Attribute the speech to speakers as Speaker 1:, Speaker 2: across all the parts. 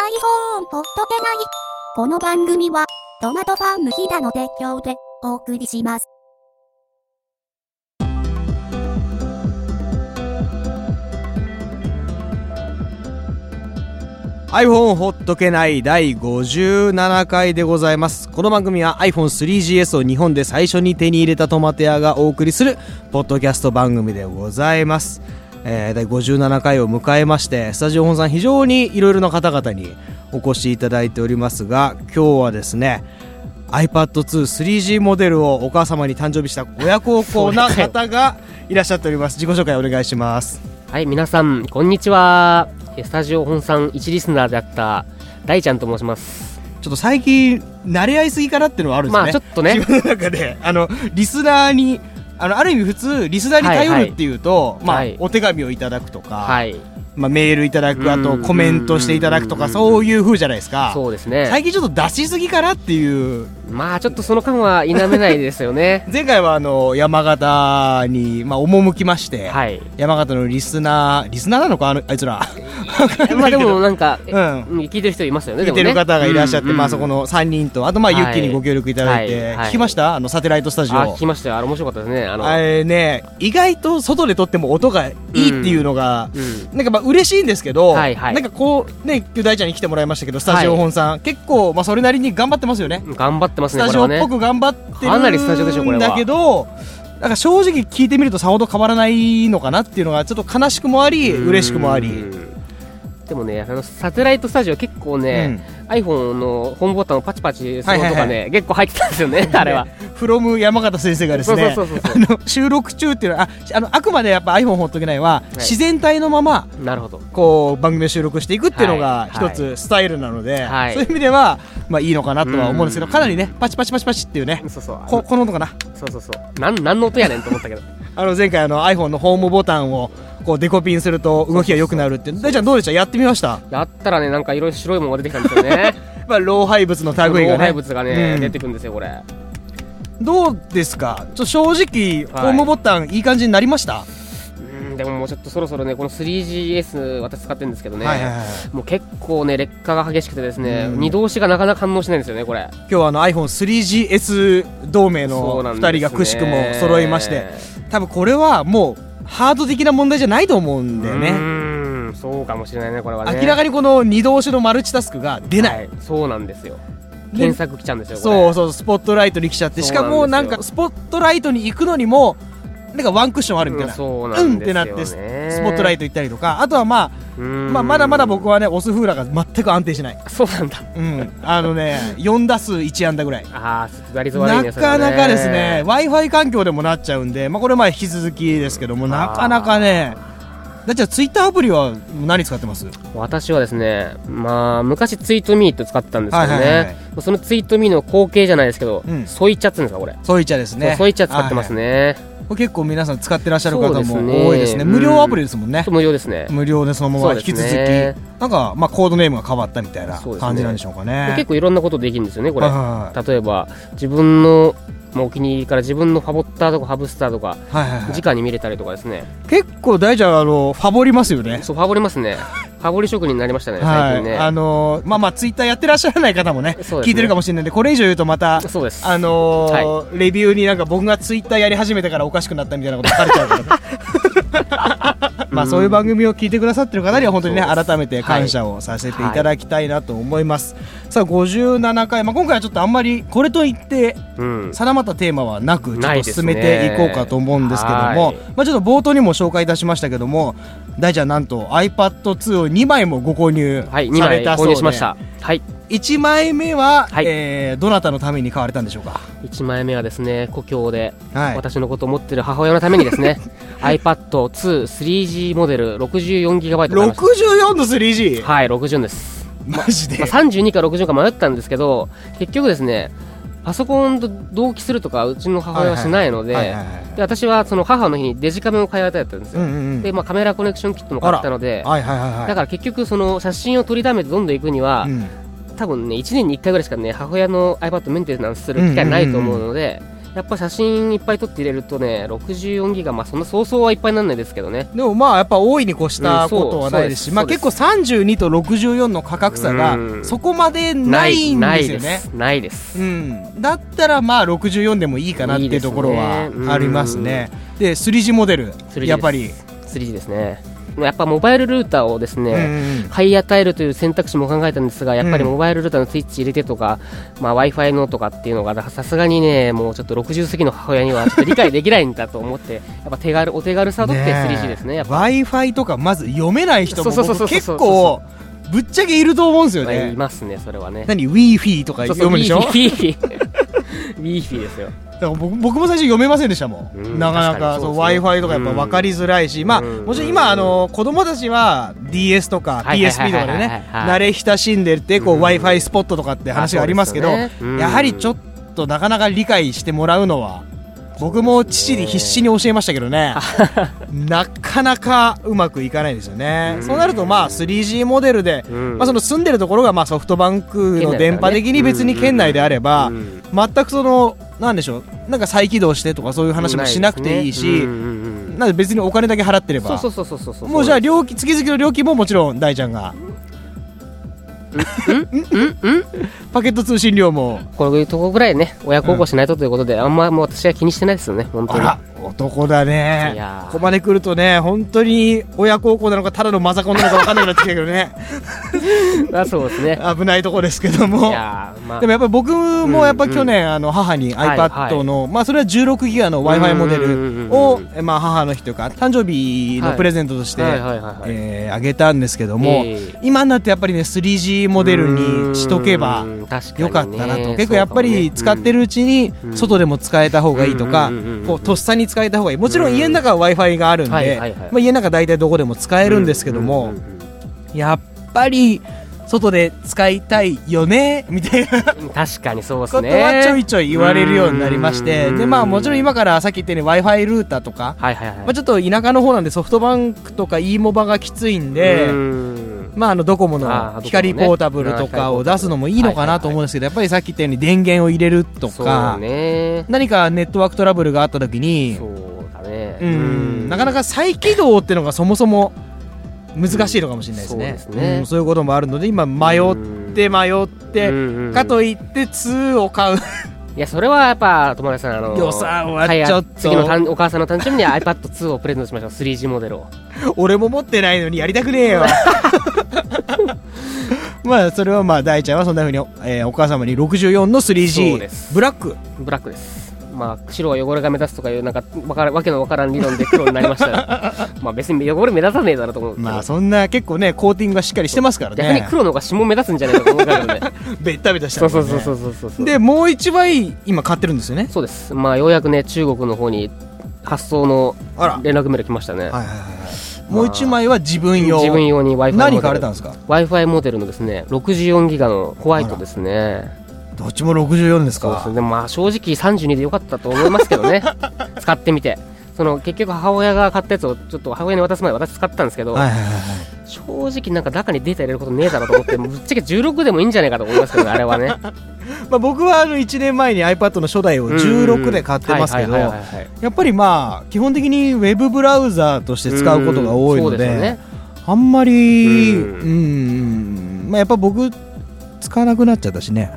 Speaker 1: iPhone ポッドでない。この番組は、トマトファーム飛騨の提供でお送りします。
Speaker 2: iPhone ほっとけない第57回でございますこの番組は iPhone3GS を日本で最初に手に入れたトマト屋がお送りするポッドキャスト番組でございます、えー第57回を迎えましてスタジオ本さん非常にいろいろな方々にお越しいただいておりますが今日はですね iPad23G モデルをお母様に誕生日した親孝行な方がいらっしゃっております自己紹介お願いします
Speaker 3: はい、皆さん、こんにちは。えスタジオ本さん、一リスナーであった、大ちゃんと申します。
Speaker 2: ちょっと最近慣れ合いすぎかなっていうのはあるんですね、
Speaker 3: まあ、ちょっとね、
Speaker 2: 自分の中であのリスナーにあのある意味普通リスナーに頼るっていうと、
Speaker 3: い
Speaker 2: まあ
Speaker 3: はい
Speaker 2: お手紙をいただくとか、
Speaker 3: はい、
Speaker 2: まあ、メールいただくあと
Speaker 3: うん
Speaker 2: コメントしていただくとか
Speaker 3: うん
Speaker 2: そういう風じゃないですか
Speaker 3: そうですね。
Speaker 2: 最近ちょっと出しすぎかなっていう
Speaker 3: まあ、ちょっとその間は否めないですよ
Speaker 2: 。
Speaker 3: ね
Speaker 2: 前回はあの山形に、まあ、赴きまして、
Speaker 3: はい。
Speaker 2: 山形のリスナーリスナーなのかあのあいつら
Speaker 3: まあ、でも、なんか、え
Speaker 2: うん
Speaker 3: うん聞いてる人いますよね。
Speaker 2: 聞いてる方がいらっしゃって、まあ、そこ
Speaker 3: の。
Speaker 2: の3人とあとまあユッキーに
Speaker 3: はい
Speaker 2: ご協力いただいて、
Speaker 3: はいはい
Speaker 2: 聞きましたあのサテライトスタジオ
Speaker 3: あ、聞きましたよ。あれ面白かったですね。あの。
Speaker 2: あれね意外と外で撮っても音がいいっていうのが、
Speaker 3: うん。
Speaker 2: なんかまあ嬉しいんですけど、
Speaker 3: はいはい
Speaker 2: なんかこうね今日大ちゃんに来てもらいましたけどスタジオ本さん、結構まあそれなりに頑張ってますよね
Speaker 3: 頑張ってます
Speaker 2: ス
Speaker 3: ね。
Speaker 2: タ
Speaker 3: こ
Speaker 2: ジ
Speaker 3: れ
Speaker 2: オ
Speaker 3: は
Speaker 2: っ
Speaker 3: ね
Speaker 2: ぽ。く頑張って
Speaker 3: かなりスタジオでしょ
Speaker 2: る
Speaker 3: こ
Speaker 2: ん
Speaker 3: れは
Speaker 2: だけどなんか正直聞いてみるとさほど変わらないのかなっていうのがちょっと悲しくもあり
Speaker 3: うん
Speaker 2: 嬉しくもあり、
Speaker 3: でもね、あのサテライトスタジオ結構ね、iPhone のホームボタンをパチパチする音
Speaker 2: は
Speaker 3: が
Speaker 2: いはい
Speaker 3: ね、結構入ってたんですよね、あれは。
Speaker 2: フロム山形先生がですね
Speaker 3: そうそうそう
Speaker 2: あの収録中っていうのはああのあくまでやっぱ iPhone ほっとけないは、
Speaker 3: い
Speaker 2: 自然体のまま
Speaker 3: なるほど。
Speaker 2: こう番組を収録していくっていうのが
Speaker 3: はい
Speaker 2: 一つスタイルなので、
Speaker 3: はい
Speaker 2: そういう意味では、まあ、いいのかなとは思うんですけど
Speaker 3: うん
Speaker 2: かなりねパチパチパチパチっていうね
Speaker 3: そうそう。
Speaker 2: ここの音かな
Speaker 3: そうそうそう。なん、なんの音やねんと思 ったけど。
Speaker 2: あの前回あの iPhone のホームボタンをこうデコピンすると動きが良くなるって大ちゃんどうでしたやってみました、
Speaker 3: やったらね、なんかいろいろ白いものが出てきたんですよね。
Speaker 2: まあ、老廃物の
Speaker 3: 老
Speaker 2: 類がね
Speaker 3: 廃物がね、
Speaker 2: うん
Speaker 3: 出てくるんですよ、これ。
Speaker 2: どうですかちょっと正直、
Speaker 3: はい
Speaker 2: ホームボタンいい感じになりました、
Speaker 3: うん、でももうちょっとそろそろね、この 3GS 私使ってるんですけどね。
Speaker 2: はいはいはい
Speaker 3: もう結構ね、劣化が激しくてですね、
Speaker 2: うん
Speaker 3: 二同士がなかなか反応しないんですよね、これ。
Speaker 2: 今日はあの iPhone3GS 同盟
Speaker 3: そ
Speaker 2: の
Speaker 3: うなんです
Speaker 2: 2
Speaker 3: ね
Speaker 2: 人がくしくも揃いまして、多分これはもうハード的な問題じゃないと思うんだよね、
Speaker 3: うん、そうかもしれないね、これはね。
Speaker 2: 明らか
Speaker 3: に
Speaker 2: にこの二度押しのマルチタスクが出ない、
Speaker 3: そうなんですよ。
Speaker 2: で
Speaker 3: 検索来ちゃうんですよ、これ。
Speaker 2: そうそうスポットライトに来ちゃってしかも
Speaker 3: そう
Speaker 2: な
Speaker 3: なんんですよ
Speaker 2: かスポットライトに行くのにもなんかワンクッションあるみたい
Speaker 3: うん
Speaker 2: な、
Speaker 3: そう
Speaker 2: う
Speaker 3: なんん
Speaker 2: っ
Speaker 3: で
Speaker 2: て
Speaker 3: す
Speaker 2: な
Speaker 3: よ
Speaker 2: っ
Speaker 3: ね
Speaker 2: てススポットライト行ったりとかあとはまあ、
Speaker 3: ま
Speaker 2: まあ、まだまだ僕
Speaker 3: は
Speaker 2: はねオスフーラが全く安定しない、
Speaker 3: そうなんだ
Speaker 2: うん、あのね4打数1安打ぐらい
Speaker 3: ああちょっと打率悪い
Speaker 2: な
Speaker 3: ねそれ
Speaker 2: か
Speaker 3: は
Speaker 2: なかですね w i f i 環境でもなっちゃうんで、まあ、これまあ引き続きですけどもなかなかねだってツイッターアプリは何使ってます
Speaker 3: 私はですねまあ昔ツイートミーって使ってたんですけどね、
Speaker 2: はいはいはい
Speaker 3: そのツイートミーの後継じゃないですけど、
Speaker 2: うん
Speaker 3: ソイチャっつうんですかこれ、
Speaker 2: ソイチャですね
Speaker 3: ソイチャ使ってますね、
Speaker 2: これ結構皆さん使ってらっしゃる方も
Speaker 3: そうですね
Speaker 2: 多いですね無料アプリですもんね
Speaker 3: ちょっと無料ですね
Speaker 2: 無料でそのまま引き続き、
Speaker 3: そうですね
Speaker 2: なんか、まあ、コードネームが変わったみたいな
Speaker 3: そうですね
Speaker 2: 感じなんでしょうかね
Speaker 3: 結構いろんなことできるんですよねこれ、
Speaker 2: はいは
Speaker 3: 例えば自分の、まあ、お気に入りから自分のファボッターとかハブスターとか
Speaker 2: いはいはいはい
Speaker 3: 直に見れたりとかですね、
Speaker 2: 結構大ちゃんあのファボりますよね
Speaker 3: そうファボり ますねファボり職人になりましたね
Speaker 2: は
Speaker 3: 最近
Speaker 2: い、
Speaker 3: ね、
Speaker 2: あのまあまあツイッターやってらっしゃらない方もね
Speaker 3: そうですね
Speaker 2: 聞いてるかもしれないんでこれ以上言うとまた
Speaker 3: そうです
Speaker 2: あのーレビューになんか僕がツイッターやり始めたからおかしくなったみたいなこと書かれちゃうか ら、ね、まあそういう番組を聞いてくださってる方には本当にね
Speaker 3: そうです
Speaker 2: 改めて感謝をさせていただきたいなと思います、さあ57回、まあ、今回はちょっとあんまりこれといって
Speaker 3: うん
Speaker 2: 定まったテーマはなくちょ
Speaker 3: な
Speaker 2: っ
Speaker 3: い
Speaker 2: と
Speaker 3: ですね
Speaker 2: 進めていこうかと思うんですけども、
Speaker 3: はい
Speaker 2: まあ、ちょっと冒頭にも紹介いたしましたけども大ちゃんなんと iPad2 を2枚もご購入
Speaker 3: はい2
Speaker 2: さ
Speaker 3: 枚
Speaker 2: れたそ
Speaker 3: 購
Speaker 2: うで、
Speaker 3: 入しましたはい
Speaker 2: 1枚目は、
Speaker 3: はい
Speaker 2: えーどなたのために買われたんでしょうか
Speaker 3: 1枚目はですね故郷で
Speaker 2: はい
Speaker 3: 私のことを持ってる母親のためにです ね iPad23G モデル 64GB 買いまし
Speaker 2: 64の 3G
Speaker 3: たはい60です、
Speaker 2: マジで
Speaker 3: まあ、32か60か迷ったんですけど結局ですねパソコンと同期するとかうちの母親はしないので
Speaker 2: はいはいはい
Speaker 3: で私はその母の日にデジカメを買い与えたんです
Speaker 2: う
Speaker 3: よ、
Speaker 2: んうんう
Speaker 3: で、
Speaker 2: ん
Speaker 3: まあ、カメラコネクションキットも買ったので
Speaker 2: はいはいはいはい
Speaker 3: だから結局その写真を取りだめてどんどん行くには、
Speaker 2: うん
Speaker 3: 多分ね1年に1回ぐらいしかね母親の iPad メンテナンスする機会ないと思うので、やっぱ写真いっぱい撮って入れるとね、64ギガ、まあそんなそうそうはいっぱいなんないですけどね。
Speaker 2: でもまあやっぱ大いに越したことはないですし、
Speaker 3: うん
Speaker 2: ま
Speaker 3: そ
Speaker 2: あ
Speaker 3: うそうで
Speaker 2: 結
Speaker 3: す
Speaker 2: 構32と64の価格差が
Speaker 3: うん
Speaker 2: そこまでないんですよね。
Speaker 3: ないです。
Speaker 2: う
Speaker 3: ないで
Speaker 2: ん、だったらまあ64でもいいかなっていうところはい
Speaker 3: いですね
Speaker 2: ありますね。で 3G モデル
Speaker 3: 3G
Speaker 2: やっぱり、
Speaker 3: す 3G ですね。やっぱモバイルルーターをですね、
Speaker 2: うん
Speaker 3: 買い与えるという選択肢も考えたんですが、やっぱり
Speaker 2: うん
Speaker 3: モバイルルーターのスイッチ入れてとか、まあ、w i f i のとかっていうのが、さすがにね、もうちょっと60過ぎの母親にはちょっと理解できないんだと思って、やっぱ手軽お手軽さとって 3G ですね、やっぱ
Speaker 2: w i f i とかまず読めない人も
Speaker 3: そうそうそうそ
Speaker 2: 僕
Speaker 3: う
Speaker 2: 結構ぶっちゃけいると思うんですよ
Speaker 3: い
Speaker 2: ね。
Speaker 3: ますね、それはね。
Speaker 2: 何 w i f i とか読むでしょ
Speaker 3: ウィーフィー ウィーフィーですよ。
Speaker 2: だから僕僕も最初読めませんでしたもん、
Speaker 3: うん
Speaker 2: なかな
Speaker 3: 確か
Speaker 2: か
Speaker 3: に
Speaker 2: そう
Speaker 3: そうですね
Speaker 2: w i f i とかやっぱ分かりづらいし、
Speaker 3: うん
Speaker 2: まあ、
Speaker 3: うん
Speaker 2: もちろん今あの子供たちは DS とか
Speaker 3: はいはいは
Speaker 2: PSP
Speaker 3: い
Speaker 2: と
Speaker 3: は
Speaker 2: か
Speaker 3: い
Speaker 2: で
Speaker 3: はい
Speaker 2: ね
Speaker 3: はい
Speaker 2: 慣れ親しんでってこう
Speaker 3: うん
Speaker 2: w i f i スポットとかって話がありますけど
Speaker 3: あそうですよねうん
Speaker 2: やはりちょっとなかなか理解してもらうのは僕も父に必死に教えましたけどねなかなかうまくいかないですよね、
Speaker 3: うん
Speaker 2: そうなるとまあ 3G モデルで、
Speaker 3: うん
Speaker 2: まあ、その住んでるところがまあソフトバンクの電波的に別に県内であれば、
Speaker 3: うん
Speaker 2: 全くそのなんでしょうなんか再起動してとかそういう話もしなくていいし
Speaker 3: なですねうんうんうん
Speaker 2: なんで別にお金だけ払ってれば
Speaker 3: そうそうそうそうそう。
Speaker 2: もうじゃあ料金月々の料金ももちろん大ちゃんがパケット通信料も
Speaker 3: こういうとこぐらいね、親孝行しないとということで、あんまもう私は気にしてないですよね、本当
Speaker 2: あ
Speaker 3: に。
Speaker 2: ら男だね
Speaker 3: いやー
Speaker 2: ここまで来るとね本当に親孝行なのかただのマザコンなのか分かんなくなってきたけど ね
Speaker 3: あそうですね。
Speaker 2: 危ないとこですけど
Speaker 3: い
Speaker 2: も
Speaker 3: やーまあ
Speaker 2: でもやっぱ僕もやっぱ去年、あの母に
Speaker 3: はい
Speaker 2: iPad の、まあそれは16ギガの w i f i モデル
Speaker 3: う
Speaker 2: を
Speaker 3: んうん、
Speaker 2: えまあ、母の日というか誕生日のプレゼントとして
Speaker 3: はいはいはいはい
Speaker 2: えーあげたんですけども、
Speaker 3: ええ
Speaker 2: 今になってやっぱりね 3G モデルにしとけば
Speaker 3: うん
Speaker 2: よかったなと、
Speaker 3: 確にね
Speaker 2: 結構やっぱり使ってるうちに
Speaker 3: うん
Speaker 2: 外でも使えた方がいいとか、
Speaker 3: うんうんうんうん
Speaker 2: こうとっさに使えた方がいいもちろん家の中は w i f i があるんで、
Speaker 3: はいはいはい
Speaker 2: まあ、家の中大体どこでも使えるんですけども、
Speaker 3: うんうんうんうん
Speaker 2: やっぱり外で使いたいよねみたいな
Speaker 3: 確かにそうです
Speaker 2: こと
Speaker 3: ね。
Speaker 2: はちょいちょい言われるようになりまして、
Speaker 3: うん
Speaker 2: でまあもちろん今からさっき言ったように w i f i ルーターとか、
Speaker 3: はいはいはい。
Speaker 2: まあ、ちょっと田舎の方なんでソフトバンクとか e モバがきついんで、
Speaker 3: うん
Speaker 2: まあ、あのドコモ
Speaker 3: あ
Speaker 2: の
Speaker 3: ー
Speaker 2: 光
Speaker 3: ドコ
Speaker 2: ポ
Speaker 3: モね
Speaker 2: ータブルとかを出すのもいいのかなと思うんですけどやっぱりさっき言ったように電源を入れるとか、
Speaker 3: そうね。
Speaker 2: 何かネットワークトラブルがあった時に
Speaker 3: そうだね。
Speaker 2: うんなかな
Speaker 3: か
Speaker 2: か再起動っていうのがそもそも難しいのかもしれないですね,、
Speaker 3: うんそうですね
Speaker 2: んそういうこともあるので今迷って迷って、かといって2を買う
Speaker 3: いや、それはやっぱ、友達さん、あの、
Speaker 2: 予算は
Speaker 3: はい
Speaker 2: ちょっと
Speaker 3: 次の誕お母さんの誕生日に iPad2 をプレゼントしましょう、3G モデルを。
Speaker 2: 俺も持ってないのにやりたくねえよ まあそれはまあ大ちゃんはそんなふうに、えーお母様に64の
Speaker 3: そうで
Speaker 2: 3G
Speaker 3: す
Speaker 2: ブラック
Speaker 3: ブラックです。まあ、白は汚れが目立つとかいう、なんか、わからわけのわからん理論で黒になりま したがまあ、別に汚れ目立たねえだろうと思う。
Speaker 2: まあそんな結構ねコーティングがしっかりしてますから
Speaker 3: 逆に
Speaker 2: ね
Speaker 3: 黒の方が指紋目立つんじゃないかと思うか らね。
Speaker 2: ベッタベタした
Speaker 3: そう
Speaker 2: のが
Speaker 3: そう
Speaker 2: ね
Speaker 3: そうそうそうそう。
Speaker 2: でもう一枚今買ってるんですよね
Speaker 3: そうです。まあ、ようやくね、中国の方に発送の
Speaker 2: あら
Speaker 3: 連絡メール来ましたね。
Speaker 2: はいはいはいはいもう一枚は自分用
Speaker 3: 自分用に Wi-Fi モデル
Speaker 2: 何買われたんですか
Speaker 3: Wi-Fi モデルのですね、64ギガのホワイトですね。
Speaker 2: どっちも64です
Speaker 3: そうで
Speaker 2: か
Speaker 3: すね。まあ正直32で良かったと思いますけど ね。使ってみて。その結局母親が買ったやつをちょっと母親に渡す前に私使ったんですけど、
Speaker 2: はいはいはいはい
Speaker 3: 正直なんか中にデータ入れることねえだろうと思って、 ぶっちゃけ16でもいいんじゃないかと思いますけどね、あれはね。
Speaker 2: まあ僕はあの1年前に iPad の初代を16で買ってますけど
Speaker 3: はいはいはい
Speaker 2: や
Speaker 3: はいはい
Speaker 2: っぱりまあ基本的にウェブブラウザーとして使うことが多いの
Speaker 3: うんそうですよ
Speaker 2: で
Speaker 3: ね。
Speaker 2: あんまりう
Speaker 3: うん
Speaker 2: んまあやっぱ僕使わなくなっちゃったしね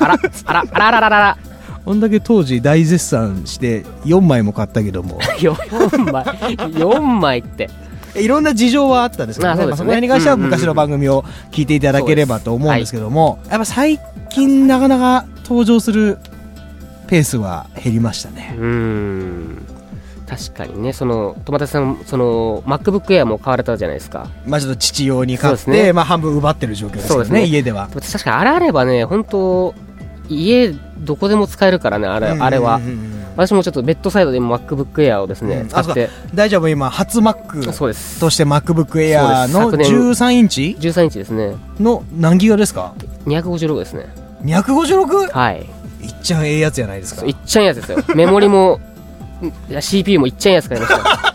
Speaker 3: あら、あら、あららららら。
Speaker 2: こんだけ当時大絶賛して4枚も買ったけど も
Speaker 3: 4枚、4枚って。
Speaker 2: いろんな事情はあったんですけど、ね
Speaker 3: あそう
Speaker 2: ま
Speaker 3: で
Speaker 2: あ、
Speaker 3: す
Speaker 2: そ
Speaker 3: ね
Speaker 2: の辺に関しては昔の番組を聞いていただければと思うんですけども、やっぱ最近なかなか登場するペースは減りました
Speaker 3: う
Speaker 2: ね。
Speaker 3: ーん。確かにね、その、友達さん、その、MacBook Air も買われたじゃないですか。
Speaker 2: まあちょっと父用に買っ
Speaker 3: そうです
Speaker 2: て、
Speaker 3: ね
Speaker 2: まあ半分奪ってる状況ですけ
Speaker 3: そう
Speaker 2: ど
Speaker 3: です
Speaker 2: ね、
Speaker 3: ね
Speaker 2: 家では。
Speaker 3: 確かにあれあればね、本当家どこでも使えるからね、あれ,、あれは
Speaker 2: うん。うんうん
Speaker 3: 私もちょっとベッドサイドで MacBook Air をですね、
Speaker 2: うん
Speaker 3: 使って、
Speaker 2: 大丈夫今、初 Mac
Speaker 3: そうです。
Speaker 2: として MacBook Air の
Speaker 3: そうです
Speaker 2: 13インチ
Speaker 3: 13インチですね、
Speaker 2: の何ギガですか
Speaker 3: 256ですね。
Speaker 2: ?256?
Speaker 3: はい。
Speaker 2: いっちゃんええやつやないですか
Speaker 3: そう い。っちゃんやつですよ。メモリも、んいや CPU もいっちゃんやつ買いました。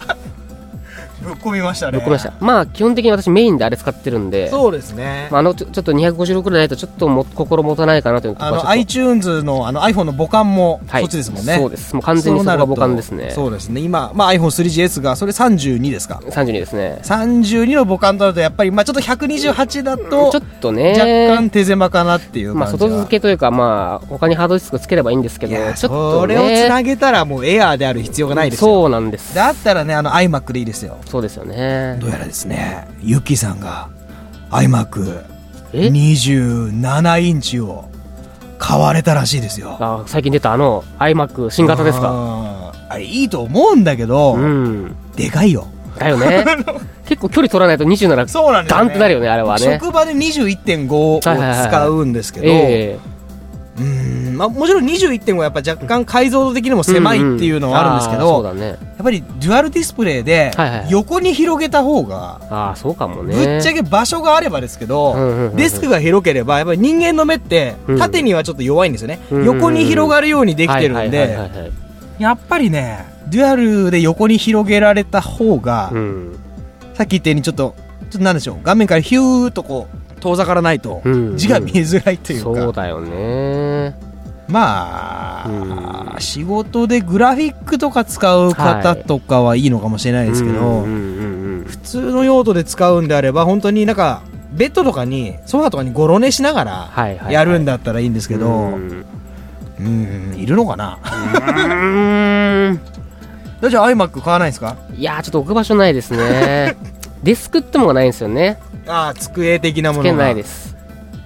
Speaker 2: ぶっ込みましたね
Speaker 3: ぶっ込みましたまあ基本的に私メインであれ使ってるんで
Speaker 2: そうですね、
Speaker 3: まあ、あのちょちょっと256くらいないとちょっとも心もたないかなというとこ
Speaker 2: あ
Speaker 3: ろはちょ
Speaker 2: の
Speaker 3: っと
Speaker 2: iTunes のあの iPhone の母艦も
Speaker 3: はい
Speaker 2: そっちですもんね、
Speaker 3: そうですもう完全にそこが母艦ですね
Speaker 2: そうですね今、まあ、iPhone3GS がそれ32ですか
Speaker 3: 32ですね
Speaker 2: 32の母艦となるとやっぱり、まあ、ちょっと128だ
Speaker 3: ちょ
Speaker 2: と
Speaker 3: っとね
Speaker 2: 若干手狭かなっていう
Speaker 3: まあ、
Speaker 2: 感じ
Speaker 3: 外
Speaker 2: は、
Speaker 3: 付けというか、まあ、他にハードディスクつければいいんですけど、
Speaker 2: い
Speaker 3: ちょ
Speaker 2: や
Speaker 3: っと、ね、
Speaker 2: それをつなげたらもうエアーである必要がないですよ
Speaker 3: そうなんです。
Speaker 2: だったらねあの iMac でいいですよ
Speaker 3: そうですよね。
Speaker 2: どうやらですねユッキーさんが iMac
Speaker 3: え
Speaker 2: 27インチを買われたらしいですよ
Speaker 3: あ最近出たあの iMac 新型ですか。
Speaker 2: かあれいいと思うんだけど、
Speaker 3: うん。
Speaker 2: でか いよ
Speaker 3: だよね。結構距離取らないと20なら
Speaker 2: そうなんですよね
Speaker 3: ガンってなるよね、あれはね。
Speaker 2: 職場で21.5を使うんですけど、
Speaker 3: ええ
Speaker 2: うんまあ、もちろん21.5はやっぱ若干解像度的にも狭いっていうのはあるんですけど、
Speaker 3: うんうんあーそうだね。
Speaker 2: やっぱりデュアルディスプレイで
Speaker 3: はいはいはい
Speaker 2: 横に広げた方が
Speaker 3: ああ、そうかもね。
Speaker 2: ぶっちゃけ場所があればですけど、
Speaker 3: うんうんうんうん
Speaker 2: デスクが広ければやっぱり人間の目って
Speaker 3: うん
Speaker 2: 縦にはちょっと弱いんですよね、
Speaker 3: うんうんうん
Speaker 2: 横に広がるようにできてるん
Speaker 3: はいはい
Speaker 2: で
Speaker 3: はいはい
Speaker 2: やっぱりねデュアルで横に広げられた方が、
Speaker 3: うん。
Speaker 2: さっき言ったようにちょっとちょっとなんでしょう画面からヒューっとこう遠ざからないと
Speaker 3: うんうん
Speaker 2: 字が見えづらいというか、
Speaker 3: そうだよね。
Speaker 2: まあ、
Speaker 3: うん
Speaker 2: 仕事でグラフィックとか使う方とかはいいのかもしれないですけど、
Speaker 3: うんうんうんうん
Speaker 2: 普通の用途で使うんであれば本当になんかベッドとかにソファーとかにゴロ寝しながら
Speaker 3: はいはいはい。
Speaker 2: やるん
Speaker 3: だ
Speaker 2: だったらいいんですけど、
Speaker 3: うん。
Speaker 2: うんいるのかな
Speaker 3: うん
Speaker 2: じゃあ iMac 買わないんですか
Speaker 3: いやーちょっと置く場所ないで すねデスクってものがないんですよね
Speaker 2: ああ机的なも
Speaker 3: つ
Speaker 2: の
Speaker 3: け
Speaker 2: が
Speaker 3: ないです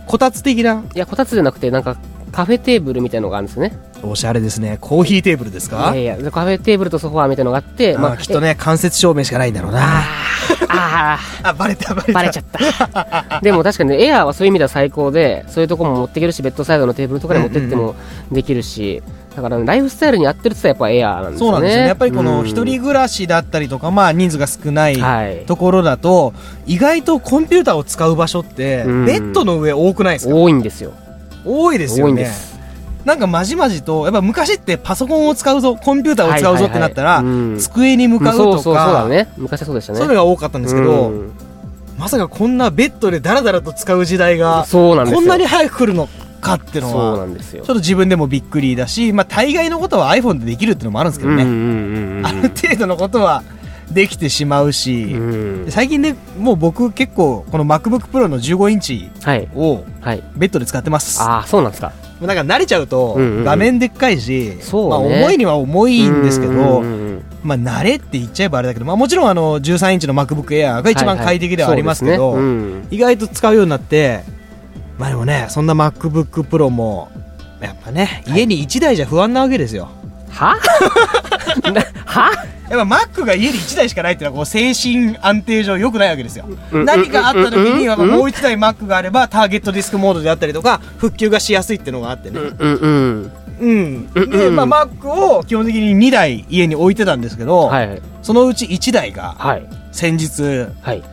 Speaker 2: こたつ的ない
Speaker 3: やこたつじゃなくてなんかカフェテーブルみたいのがあるんですよね
Speaker 2: おしゃれですねコーヒーテーブルです
Speaker 3: い
Speaker 2: か
Speaker 3: やいやカフェテーブルとソファーみたいのがあって
Speaker 2: まあ、きっとね間接照明しかないんだろうな
Speaker 3: えあ
Speaker 2: あバレたバレ
Speaker 3: ーバレちゃっ たでも確かにねエアーはそういう意味では最高でそういうとこも持っていけるしベッドサイドのテーブルとかに持ってってもできるし、だから、ね、ライフスタイルに合ってるって言ったらやっぱエアーなんですよね
Speaker 2: そうなんですよねやっぱりこの
Speaker 3: うん
Speaker 2: 一人暮らしだったりとか、まあ、人数が少ない
Speaker 3: はい
Speaker 2: ところだと、意外とコンピューターを使う場所って、
Speaker 3: うん
Speaker 2: ベッドの上多くないですか
Speaker 3: 多いんですよ
Speaker 2: 多いです
Speaker 3: 多
Speaker 2: よ
Speaker 3: いんで
Speaker 2: ね
Speaker 3: す
Speaker 2: なんかまじまじとやっぱ昔ってパソコンを使うぞコンピューターを使うぞってなったら、
Speaker 3: はいはいはいうん
Speaker 2: 机に向かうと
Speaker 3: そ
Speaker 2: か
Speaker 3: うそうそうだね昔はそうでしたね
Speaker 2: そういうのが多かったんですけど、
Speaker 3: うん
Speaker 2: まさかこんなベッドでダラダラと使う時代が
Speaker 3: そうなんですよ
Speaker 2: こんなに早く来るのかっての
Speaker 3: そうな
Speaker 2: は
Speaker 3: んです
Speaker 2: ちょ
Speaker 3: よ
Speaker 2: っと自分でもびっくりだし、まあ、大概のことは iPhone でできるってのもあるんですけどね、
Speaker 3: うんうんうんうん
Speaker 2: ある程度のことはできてしまうし、
Speaker 3: うん
Speaker 2: 最近ねもう僕結構この MacBookPro の15インチ
Speaker 3: はい
Speaker 2: を
Speaker 3: はい
Speaker 2: ベッドで使ってます
Speaker 3: ああそうなんですか
Speaker 2: もうなんか慣れちゃうと
Speaker 3: うんうんうん
Speaker 2: 画面でっかいし、
Speaker 3: そうね
Speaker 2: まあ、重いには重いんですけど、
Speaker 3: うんうんうんうん
Speaker 2: まあ、慣れって言っちゃえばあれだけど、まあ、もちろんあの13インチの MacBookAir が一番快適ではありますけど、
Speaker 3: はいはいそうですね
Speaker 2: 意外と使うようになってまあでもねそんな MacBookPro もやっぱね家に1台じゃ不安なわけですよ、
Speaker 3: うんは なは
Speaker 2: やっぱ Mac が家に1台しかないっていうのはこう精神安定上良くないわけですよ。
Speaker 3: うん
Speaker 2: 何かあった時には
Speaker 3: うん
Speaker 2: もう1台 Mac があればターゲットディスクモードであったりとか復旧がしやすいっていうのがあってね。
Speaker 3: うんうん
Speaker 2: うん。
Speaker 3: うん
Speaker 2: で、
Speaker 3: うん
Speaker 2: まあ、Mac を基本的に2台家に置いてたんですけど、
Speaker 3: はいはい
Speaker 2: そのうち1台が
Speaker 3: はい
Speaker 2: 先日、
Speaker 3: はい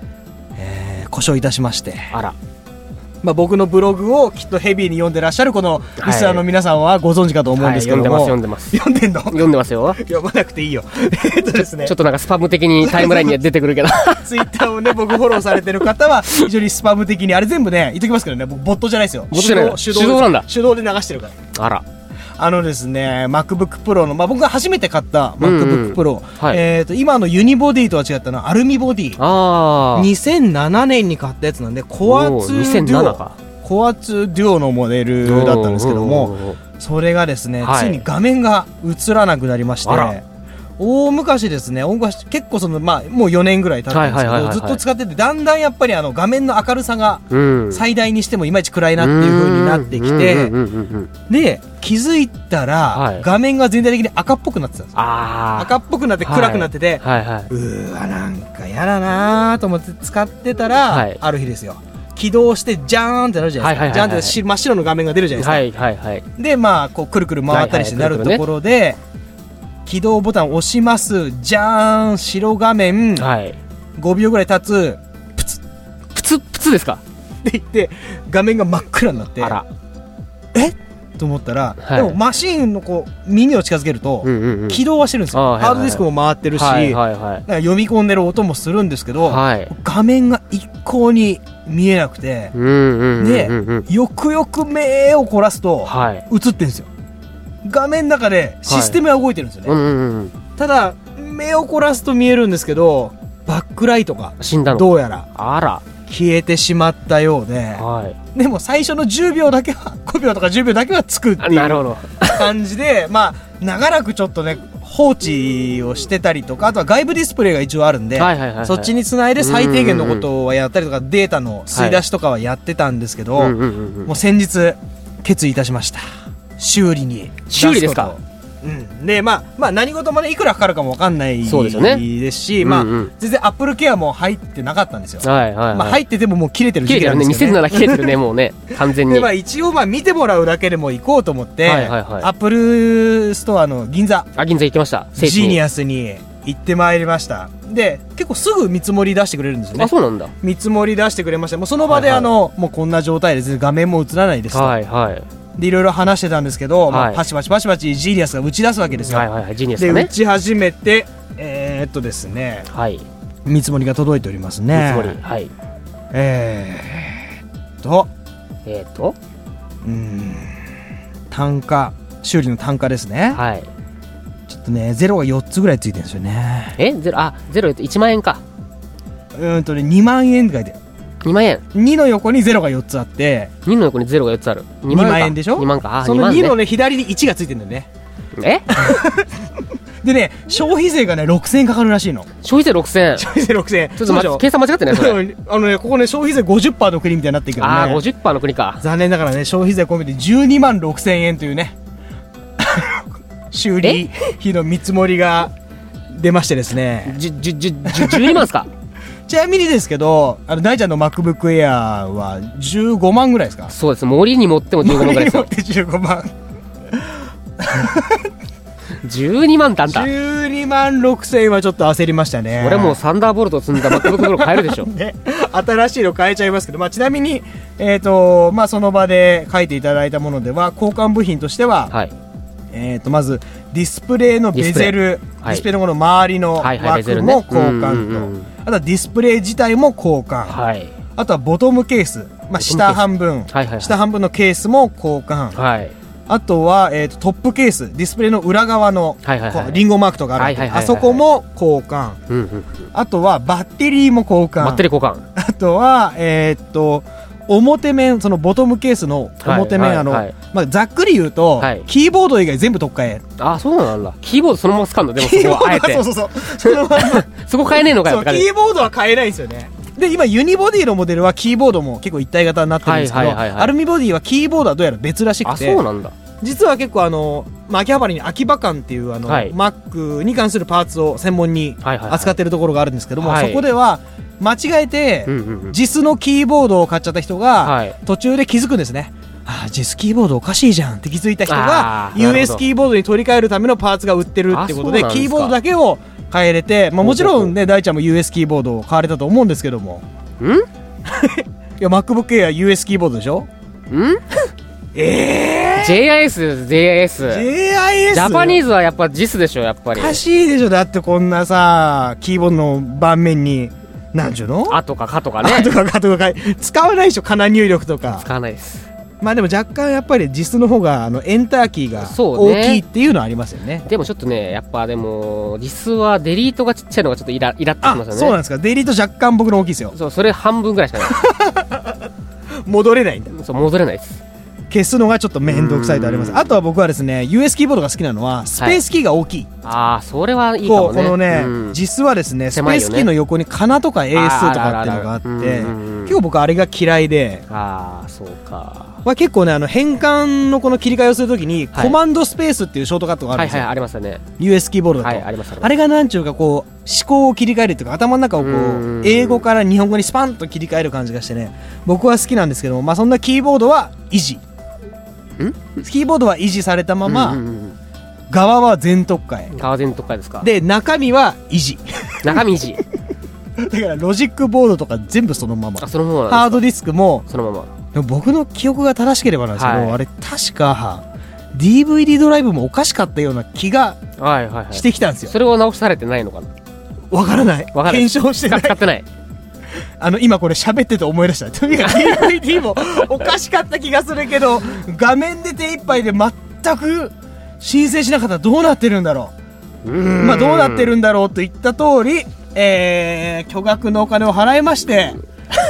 Speaker 2: えー故障いたしまして、
Speaker 3: あら
Speaker 2: まあ、僕のブログをきっとヘビーに読んでらっしゃるこのリスナーの皆さんはご存知かと思うんですけども、
Speaker 3: はい読んでます
Speaker 2: 読んでます。読んでんの
Speaker 3: 読んでますよち
Speaker 2: 読まなくていいよ。 えっとですね
Speaker 3: ょっ。となんかスパム的にタイムラインには出てくるけど
Speaker 2: ツイッターをね、僕フォローされてる方は、非常にスパム的に、あれ全部ね、言っときますけどね、僕、ボットじゃないですよ。
Speaker 3: ボットじゃない
Speaker 2: です
Speaker 3: 手動なんだ
Speaker 2: 手動で流してるから。
Speaker 3: あら
Speaker 2: あのですね、MacBook Pro の、まあ、僕が初めて買った
Speaker 3: うんうん
Speaker 2: MacBook Pro、
Speaker 3: はい
Speaker 2: えっ、と、今のユニボディとは違ったのはアルミボディ。
Speaker 3: ああ
Speaker 2: 2007年に買ったやつなんで、コアツーデ
Speaker 3: 2007
Speaker 2: ュ
Speaker 3: か
Speaker 2: オ、コアツーデュオのモデルだったんですけども、
Speaker 3: うんうんうん
Speaker 2: それがですね、
Speaker 3: はい
Speaker 2: ついに画面が映らなくなりまして
Speaker 3: あら
Speaker 2: 大昔ですね大昔結構その、まあ、もう4年ぐらい経ってるんですけ
Speaker 3: はい
Speaker 2: ど
Speaker 3: はいはい
Speaker 2: ず
Speaker 3: はい
Speaker 2: っと使っててだんだんやっぱりあの画面の明るさが
Speaker 3: うん
Speaker 2: 最大にしてもいまいち暗いなっていう風になってきて
Speaker 3: うんうんうんうんうん
Speaker 2: で気づいたら、
Speaker 3: はい
Speaker 2: 画面が全体的に赤っぽくなってたんですよ
Speaker 3: ああ
Speaker 2: 赤っぽくなって暗くなってて、
Speaker 3: はいはいう
Speaker 2: ーわなんか嫌だなーと思って使ってたら、
Speaker 3: はい
Speaker 2: ある日ですよ起動してジャーンってなるじゃないですか、
Speaker 3: はいはいはいはい
Speaker 2: ジャーンってし真っ白の画面が出るじゃないですか、
Speaker 3: はいはいはい
Speaker 2: でまあこうくるくる回ったりして
Speaker 3: は
Speaker 2: ない
Speaker 3: はい
Speaker 2: るところで、起動ボタンを押しますじゃーん白画面、
Speaker 3: はい
Speaker 2: 5秒ぐらい経つ
Speaker 3: プツプツですか
Speaker 2: って言って画面が真っ暗になって
Speaker 3: あら
Speaker 2: えと思ったら、
Speaker 3: は
Speaker 2: で
Speaker 3: い
Speaker 2: もマシーンのこう耳を近づけると、
Speaker 3: うんうんうん
Speaker 2: 起動はしてるんですよ、
Speaker 3: あーはいはい
Speaker 2: ハードディスクも回ってるし、
Speaker 3: はいはいはい
Speaker 2: なんか読み込んでる音もするんですけど、
Speaker 3: はい
Speaker 2: 画面が一向に見えなくて、
Speaker 3: うんうんうん
Speaker 2: で
Speaker 3: うんうん
Speaker 2: よくよく目を凝らすと
Speaker 3: はい
Speaker 2: 映ってるんですよ画面の中でシステムが動いてるんですよね、
Speaker 3: うんうんうん
Speaker 2: ただ目を凝らすと見えるんですけどバックライトが
Speaker 3: 死んだの
Speaker 2: どうやら
Speaker 3: あら
Speaker 2: 消えてしまったようで
Speaker 3: はい
Speaker 2: でも最初の10秒だけは5秒と か10秒だけはつくって
Speaker 3: あ
Speaker 2: い
Speaker 3: な
Speaker 2: う
Speaker 3: るほど
Speaker 2: 感じでまあ長らくちょっとね放置をしてたりとかあとは外部ディスプレイが一応あるんで、
Speaker 3: はいはいはいはい
Speaker 2: そっちにつないで最低限のことはやったりとかデータの吸い出しとかはやってたんですけど、
Speaker 3: うんうんうんうん
Speaker 2: もう先日決意いたしました修理に
Speaker 3: 修理ですか
Speaker 2: 出すことうん、でまあまあ何事もねいくらかかるかもわかんない
Speaker 3: そうですよね
Speaker 2: ですし、まあ
Speaker 3: うんうん
Speaker 2: 全然アップルケアも入ってなかったんですよ、
Speaker 3: はいはいはい
Speaker 2: まあ、入っててももう切れてる時
Speaker 3: 切れ
Speaker 2: 期な
Speaker 3: てる
Speaker 2: んで
Speaker 3: ね
Speaker 2: すよ
Speaker 3: 見せる
Speaker 2: ね
Speaker 3: なら切れてるねもうね完全に
Speaker 2: でまあ、一応まあ見てもらうだけでも行こうと思って、
Speaker 3: はいはいはい
Speaker 2: アップルストアの銀座
Speaker 3: あ銀座行きました聖地
Speaker 2: ジー
Speaker 3: に
Speaker 2: ニアスに行ってまいりましたで結構すぐ見積もり出してくれるんですよね
Speaker 3: あそうなんだ
Speaker 2: 見積もり出してくれましたもうその場で
Speaker 3: はいはい
Speaker 2: あの、もうこんな状態で全然画面も映らないですと、
Speaker 3: はいはい
Speaker 2: でいろいろ話してたんですけど、まあ
Speaker 3: はい
Speaker 2: パチパチパチパチジーニアスが打ち出すわけですよ、
Speaker 3: はいはいはいジーニアス
Speaker 2: で
Speaker 3: だ
Speaker 2: 打
Speaker 3: ね
Speaker 2: ち始めてえー、っとですね
Speaker 3: はい見
Speaker 2: 見積もりが届いておりますね
Speaker 3: 積もりはい
Speaker 2: えー、っと
Speaker 3: えっと
Speaker 2: うーん単価修理の単価ですね
Speaker 3: はい
Speaker 2: ちょっとねゼロが4つぐらいついてるんですよね
Speaker 3: えゼロあゼロ1万円か
Speaker 2: うーんとね2万円って書いてある
Speaker 3: 2万円
Speaker 2: 2の横にゼロが4つあって
Speaker 3: 2の横にゼロが4つある2
Speaker 2: 二万円でしょ
Speaker 3: 2万かあ
Speaker 2: そ
Speaker 3: 2
Speaker 2: の
Speaker 3: 万
Speaker 2: 2の
Speaker 3: ね
Speaker 2: ね左に1がついてるんだよね
Speaker 3: え
Speaker 2: でね消費税がね6000円かかるらしい の
Speaker 3: 消費税6000
Speaker 2: 消費税6000円
Speaker 3: ちょっと 待
Speaker 2: そうでしょ
Speaker 3: って計算間違ってないそれ
Speaker 2: うん あのね、ここね、消費税50%の国みたいになってるけど
Speaker 3: ああ
Speaker 2: ね。
Speaker 3: 50%の国か
Speaker 2: 残念ながらね、消費税込めて12万6千円というね、 修理費の見積もりが出ましてですね。
Speaker 3: じゅじゅじゅじゅ12万っすか
Speaker 2: ちなみにですけど、あの、大ちゃんの MacBook Air は15万ぐらいですか
Speaker 3: そうです森に持っても15万ぐらいで すよ
Speaker 2: って15万。
Speaker 3: 12万だんだ
Speaker 2: 12万6千円はちょっと焦りましたね。
Speaker 3: 俺もうサンダーボルト積んだ MacBook Pro 買えるでしょ
Speaker 2: ね、新しいの変えちゃいますけど、まあ、ちなみに、えーとまあ、その場で書いていただいたものでは交換部品としては、
Speaker 3: はい
Speaker 2: えー、とまずディスプレイのベゼルディス
Speaker 3: ディスプレイ
Speaker 2: プレ
Speaker 3: は
Speaker 2: イ,、の
Speaker 3: い
Speaker 2: この周りの
Speaker 3: はいはいベゼ
Speaker 2: 枠
Speaker 3: ルね
Speaker 2: も交
Speaker 3: うんうんう
Speaker 2: 換
Speaker 3: ん
Speaker 2: とあとはディスプレイ自体も交換、
Speaker 3: はい
Speaker 2: あとはボトムケース、まあ、下半分、
Speaker 3: はいはいはい
Speaker 2: 下半分のケースも交換、
Speaker 3: はい
Speaker 2: あとは、えー、とトップケースディスプレイの裏側の、
Speaker 3: はいはいはい
Speaker 2: こうリンゴマークとかあるんで、
Speaker 3: はいはいはいはい
Speaker 2: あそこも交換
Speaker 3: うんうんうん
Speaker 2: あとはバッテリーも交換
Speaker 3: バッテリー交換
Speaker 2: あとは、えーっと、表面、そのボトムケースの表面、
Speaker 3: はい
Speaker 2: あの、
Speaker 3: はい
Speaker 2: まあ、ざっくり言うと、
Speaker 3: はい
Speaker 2: キーボード以外全部取っ替え。
Speaker 3: あそうなんだキーボードそのまま使うんだでもそ
Speaker 2: キーボ
Speaker 3: こはあえ
Speaker 2: ード
Speaker 3: て
Speaker 2: は、 そうそうそう。そのまんま
Speaker 3: そこ変えねえのかよ
Speaker 2: そ
Speaker 3: っ
Speaker 2: う
Speaker 3: て感
Speaker 2: キ
Speaker 3: じ
Speaker 2: ーボードは変えないんですよね。で、今、ユニボディのモデルはキーボードも結構一体型になってるんですけど、
Speaker 3: はいはいはいはい
Speaker 2: アルミボディはキーボードはどうやら別らし
Speaker 3: あ
Speaker 2: くて
Speaker 3: そう、なんだ
Speaker 2: 実は結構あの、まあ、秋葉原に秋葉館っていうあの、
Speaker 3: はい
Speaker 2: Mac に関するパーツを専門に
Speaker 3: はいはいはい
Speaker 2: 扱ってるところがあるんですけども、
Speaker 3: はい
Speaker 2: そこでは、間違えて、
Speaker 3: うんうんうん
Speaker 2: 実のキーボードを買っちゃった人が、
Speaker 3: はい
Speaker 2: 途中で気づくんですね。ああ、JIS キーボードおかしいじゃんって気づいた人が
Speaker 3: あ、ーなるほど
Speaker 2: US キーボードに取り替えるためのパーツが売ってるってことで、
Speaker 3: あそうなんですか
Speaker 2: キーボードだけを変えれて、まあ、もちろんね、大ちゃんも US キーボードを買われたと思うんですけども。
Speaker 3: ん
Speaker 2: いや、MacBook Air は US キーボードでしょ
Speaker 3: ん
Speaker 2: ええ
Speaker 3: JIS JIS
Speaker 2: JIS?
Speaker 3: ジャパニーズはやっぱ JIS でしょやっぱ
Speaker 2: お
Speaker 3: り
Speaker 2: かしいでしょだってこんなさ、キーボードの盤面に、なんちゅうの
Speaker 3: あとかかとかね
Speaker 2: あとかかとかかい使わないでしょかな入力とか。
Speaker 3: 使わないです
Speaker 2: まあでも若干やっぱり実の方があのエンターキーが
Speaker 3: そうね
Speaker 2: 大きいっていうのはありますよね。
Speaker 3: でもちょっとねやっぱでも JIS はデリートがちっちゃいのがちょっとイライラっとし
Speaker 2: あ
Speaker 3: ますよね
Speaker 2: そうなんですか。デイリート若干僕の大きいですよ。
Speaker 3: そうそれ半分ぐらい しかな
Speaker 2: 戻れないんだ。
Speaker 3: いそう戻れないです
Speaker 2: 消すのがちょっと面倒くさいとありま
Speaker 3: う
Speaker 2: す。
Speaker 3: ん
Speaker 2: あとは僕はですね、US キーボードが好きなのはスペースキーが大きい。
Speaker 3: ああそれはいいか
Speaker 2: こ
Speaker 3: も
Speaker 2: う
Speaker 3: ね
Speaker 2: このね、
Speaker 3: うん
Speaker 2: 実はですねスペ
Speaker 3: 狭い
Speaker 2: ー
Speaker 3: よね
Speaker 2: スキーの横にかなとか英数とかっていうのがあって
Speaker 3: あーあるあるあるうんうんうん
Speaker 2: 結構僕あれが嫌いで、
Speaker 3: ああそうか
Speaker 2: まあ、結構ねあの変換のこの切り替えをするときに、
Speaker 3: はい
Speaker 2: コマンドスペースっていうショートカットがある
Speaker 3: は
Speaker 2: んで
Speaker 3: い
Speaker 2: す
Speaker 3: はい
Speaker 2: よ、
Speaker 3: ありましたね
Speaker 2: US キーボードだと、
Speaker 3: はいありました
Speaker 2: あれがなんちゅうかこう思考を切り替えるっていうか頭の中をこ
Speaker 3: うんうんう
Speaker 2: うん英語から日本語にスパンと切り替える感じがしてね僕は好きなんですけども、まあ、そんなキーボードは維持キーボードは維持されたまま、
Speaker 3: うんうん
Speaker 2: 側は全特化へ
Speaker 3: うん革全とかですか
Speaker 2: で中身は維持
Speaker 3: 中身維持
Speaker 2: だからロジックボードとか全部そのまま
Speaker 3: あそのままなん
Speaker 2: ハー
Speaker 3: で
Speaker 2: ドディスクも
Speaker 3: すかそのまま
Speaker 2: でも僕の記憶が正しければなんですけど、
Speaker 3: はい
Speaker 2: あれ確か DVD ドライブもおかしかったような気が
Speaker 3: はいはいはい
Speaker 2: してきたんですよ
Speaker 3: それを直されてないのかな
Speaker 2: わからない
Speaker 3: わからない
Speaker 2: 検証してな
Speaker 3: 使使
Speaker 2: い
Speaker 3: ってない
Speaker 2: あの今これ喋ってて思い出したとにかく DVD もおかしかった気がするけど画面で手一杯で全く申請しなかったらどうなってるんだろうまあどうなってるんだろうと言った通りえー、巨額のお金を払いま して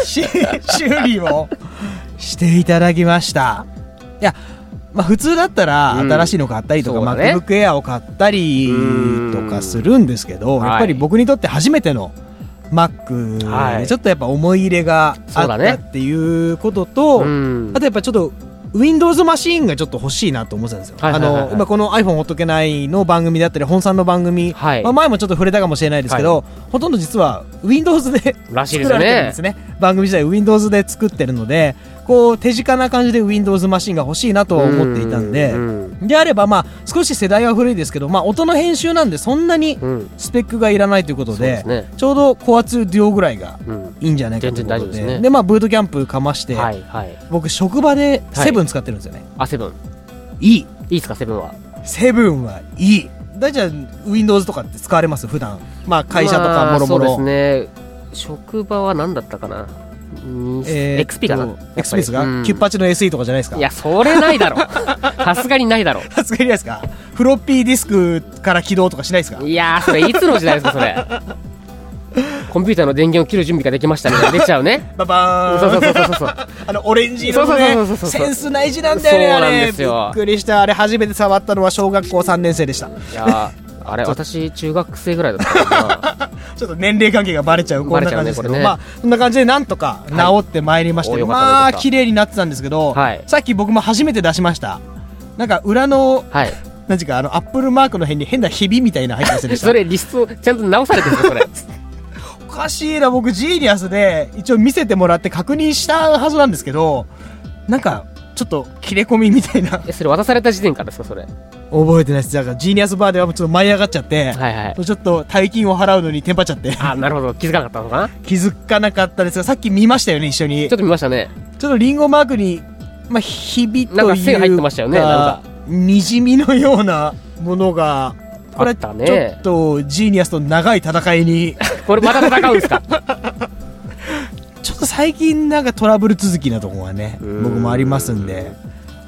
Speaker 2: し修理をしていただきましたいやまあ普通だったら
Speaker 3: うん
Speaker 2: 新しいの買ったりとか、
Speaker 3: そうだね
Speaker 2: MacBook Air を買ったりとかするんですけど
Speaker 3: うん
Speaker 2: やっぱり
Speaker 3: はい
Speaker 2: 僕にとって初めての Mac で
Speaker 3: はい
Speaker 2: ちょっとやっぱ思い入れがあ
Speaker 3: そう
Speaker 2: った
Speaker 3: だね
Speaker 2: っていうことと、
Speaker 3: うん
Speaker 2: あとやっぱちょっと Windows マシーンがちょっと欲しいなと思ってたんですよ。
Speaker 3: はいはいはいはい
Speaker 2: あの今この iPhone ほっとけないの番組であったり本さんの番組、
Speaker 3: はい
Speaker 2: まあ前もちょっと触れたかもしれないですけど、ほとんど実は Windows で
Speaker 3: らしいで
Speaker 2: 作ら
Speaker 3: す
Speaker 2: れてるん
Speaker 3: ね
Speaker 2: ですね番組自体 Windows で作ってるのでこう手近な感じで Windows マシーンが欲しいなとは思っていたんで。
Speaker 3: うん
Speaker 2: であればまあ少し世代は古いですけど、まあ、音の編集なんでそんなに
Speaker 3: うん
Speaker 2: スペックがいらないということ
Speaker 3: そうで
Speaker 2: で,、
Speaker 3: すね
Speaker 2: ちょうどコア2デュオぐらいが
Speaker 3: うん
Speaker 2: いいんじゃないかということで
Speaker 3: 全然大丈夫ですね
Speaker 2: まあブートキャンプかまして、
Speaker 3: はいはい
Speaker 2: 僕職場で
Speaker 3: はい
Speaker 2: セブン使ってるんですよね、
Speaker 3: あセブン
Speaker 2: い、い
Speaker 3: いいですかセブンは
Speaker 2: セブンはいい大体 Windows とかって使われます普段まあ会社とかもろも
Speaker 3: まあ
Speaker 2: ろ
Speaker 3: そうですね職場は何だったかな、に
Speaker 2: えーっと
Speaker 3: XP かな
Speaker 2: XP ですが、
Speaker 3: うん
Speaker 2: キュッパチの SE とかじゃないですか
Speaker 3: い やそれないだろさすがにないだろ
Speaker 2: さすがにないですかフロッピーディスクから起動とかしないですか
Speaker 3: いやーそれいつの時代ですかそれコンピューターの電源を切る準備ができましたみたいな出ちゃうね
Speaker 2: ババーン
Speaker 3: そうそうそうそうそう
Speaker 2: あのオレンジ色の
Speaker 3: そ
Speaker 2: ね
Speaker 3: うそうそうそうそう
Speaker 2: センス大事なんだよねあ
Speaker 3: そうなん
Speaker 2: れ
Speaker 3: ですよ
Speaker 2: びっくりしたあれ初めて触ったのは小学校3年生でした
Speaker 3: いやーあれ私中学生ぐらいだったかな
Speaker 2: ちょっと年齢関係がバレちゃうこ
Speaker 3: バ
Speaker 2: ん
Speaker 3: レ
Speaker 2: な
Speaker 3: ちゃう
Speaker 2: 感じ
Speaker 3: ね
Speaker 2: ですけど、
Speaker 3: これね
Speaker 2: まあそんな感じでなんとか治ってまいりまして、
Speaker 3: およかった
Speaker 2: ま
Speaker 3: よ
Speaker 2: あ
Speaker 3: かった
Speaker 2: 綺麗になってたんですけど、
Speaker 3: はい
Speaker 2: さっき僕も初めて出しましたなんか裏の
Speaker 3: はい
Speaker 2: 何ていうかあのアップルマークの辺に変なひびみたいなの入ってませんでした
Speaker 3: それリストちゃんと直されてるんですよそれ
Speaker 2: おかしいな僕ジーニアスで一応見せてもらって確認したはずなんですけどなんかちょっと切れ込みみたいな
Speaker 3: えそれ渡された時点からですかそれ
Speaker 2: 覚えてないですだからジーニアスバーではもうちょっと舞い上がっちゃって、
Speaker 3: はいはい
Speaker 2: ちょっと大金を払うのにテンパっちゃって
Speaker 3: あなるほど気づかなかったのかなち
Speaker 2: 気づかなかったですがさっき見ましたよね一緒に
Speaker 3: ょっと見ましたね
Speaker 2: ちょっとリンゴマークに、まあ、ひびというか、
Speaker 3: なんか線入ってましたよねなん
Speaker 2: にじみのようなものが、こ
Speaker 3: あ
Speaker 2: れ、
Speaker 3: っ
Speaker 2: ちょ
Speaker 3: たね
Speaker 2: っとジーニアスと長い戦い に、
Speaker 3: これまた戦うんですか
Speaker 2: ちょっと最近なんかトラブル続きなとこがね、
Speaker 3: うん
Speaker 2: 僕もありますんで、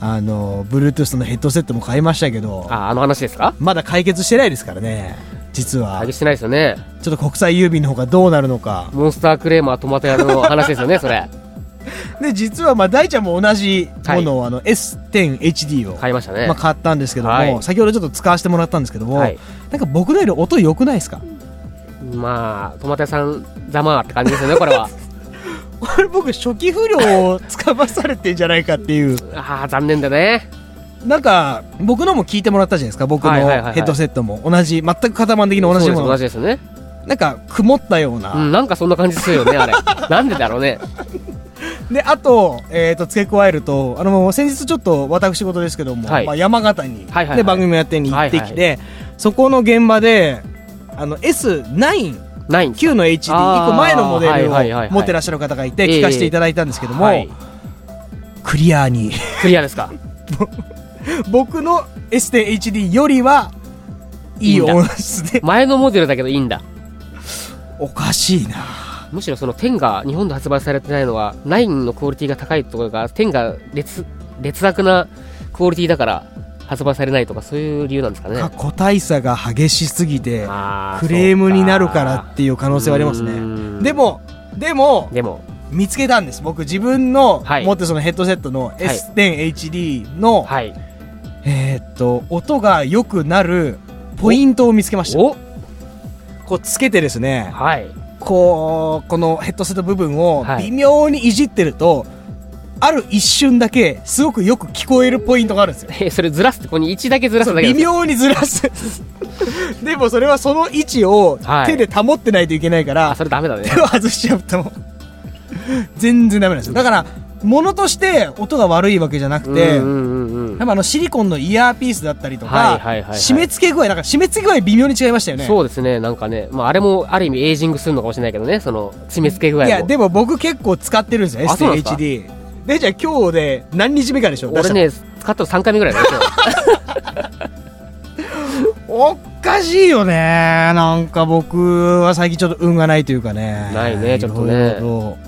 Speaker 2: あの、Bluetooth のヘッドセットも買いましたけど、
Speaker 3: ああの話ですか
Speaker 2: まだ解決してないですからね、実は
Speaker 3: 解。決してないですよね
Speaker 2: ちょっと国際郵便の方がどうなるのか。
Speaker 3: モンスタークレーマートマト屋の話ですよねそれ
Speaker 2: で、実は、まあ、大ちゃんも同じものを、あの、S10HD を、
Speaker 3: 買いましたね、
Speaker 2: まあ、買ったんですけども、
Speaker 3: はい
Speaker 2: 先ほどちょっと使わせてもらったんですけども、
Speaker 3: はい
Speaker 2: なんか僕のより音良くないですか
Speaker 3: まあトマト屋さんざまあって感じですよねこ れは
Speaker 2: これ僕初期不良をつかまされてんじゃないかっていう
Speaker 3: ああ残念だね
Speaker 2: なんか僕のも聞いてもらったじゃないですか僕の
Speaker 3: はいはいはいはい
Speaker 2: ヘッドセットも同じ全く型番的に同じも
Speaker 3: そう
Speaker 2: の
Speaker 3: です同じですよね
Speaker 2: なんか曇ったよう
Speaker 3: う
Speaker 2: な、
Speaker 3: んなんかそんな感じするよねあれなんでだろうね
Speaker 2: であと,、えー、と付け加えるとあの先日ちょっと私事ですけども、
Speaker 3: はい
Speaker 2: まあ、山形に、
Speaker 3: はいはいはい
Speaker 2: で番組もやってに行ってきて、そこの現場であの S9
Speaker 3: ないんです
Speaker 2: Q の HD 一
Speaker 3: あー
Speaker 2: 個前のモデル
Speaker 3: はいはいはいは
Speaker 2: を
Speaker 3: い
Speaker 2: 持ってらっしゃる方がいて
Speaker 3: ええ
Speaker 2: 聞かせていただいたんですけども、
Speaker 3: はい
Speaker 2: クリアに
Speaker 3: クリアですか
Speaker 2: 僕の S10HD よりはいい音質で
Speaker 3: 前のモデルだけどいいんだ
Speaker 2: おかしいな
Speaker 3: むしろその10が日本で発売されてないのは9のクオリティが高いところが10が劣劣悪なクオリティだから発売されないとかそういう理由なんですかね
Speaker 2: 過去大差が激しすぎて
Speaker 3: あー
Speaker 2: クレームになるからっていう可能性はあります
Speaker 3: う
Speaker 2: ね
Speaker 3: ん
Speaker 2: でもでも
Speaker 3: でも
Speaker 2: 見つけたんです僕自分の
Speaker 3: はい
Speaker 2: 持ってるそのヘッドセットの
Speaker 3: い
Speaker 2: S10HD の、
Speaker 3: はい
Speaker 2: えーっと音が良くなるポイントを見つけました
Speaker 3: お
Speaker 2: こうつけてですね
Speaker 3: はい
Speaker 2: こうこのヘッドセット部分を
Speaker 3: は
Speaker 2: 微
Speaker 3: い
Speaker 2: 妙にいじってると、ある一瞬だけすごくよく聞こえるポイントがあるんですよ
Speaker 3: えそれずらすってここに1だけずらすだけ
Speaker 2: 微
Speaker 3: ですか
Speaker 2: 妙にずら すでもそれはその位置を
Speaker 3: はい
Speaker 2: 手で保ってないといけないから、
Speaker 3: あそれダメだね
Speaker 2: 手を外しちゃうともう全然ダメなんですよだから物として音が悪いわけじゃなくて、
Speaker 3: うんうんうんうん
Speaker 2: やっぱあのシリコンのイヤーピースだったりとか、
Speaker 3: はいはいはいはい
Speaker 2: 締め付け具合なんか締め付け具合微妙に違いましたよね
Speaker 3: そうですね、なんかね、まあ、あれもある意味エイジングするのかもしれないけどね、その締め付け具合も。
Speaker 2: いやでも僕結構使ってるんですよ
Speaker 3: あそうなんですか
Speaker 2: STHD でじゃあ今日で何日目かでしょ出し
Speaker 3: 俺
Speaker 2: たの
Speaker 3: ね、使ったの3回目ぐらいだよ今 日
Speaker 2: おっかしいよねなんか僕は最近ちょっと運がないというかね
Speaker 3: ないねちょっと
Speaker 2: い
Speaker 3: ね
Speaker 2: ろいろと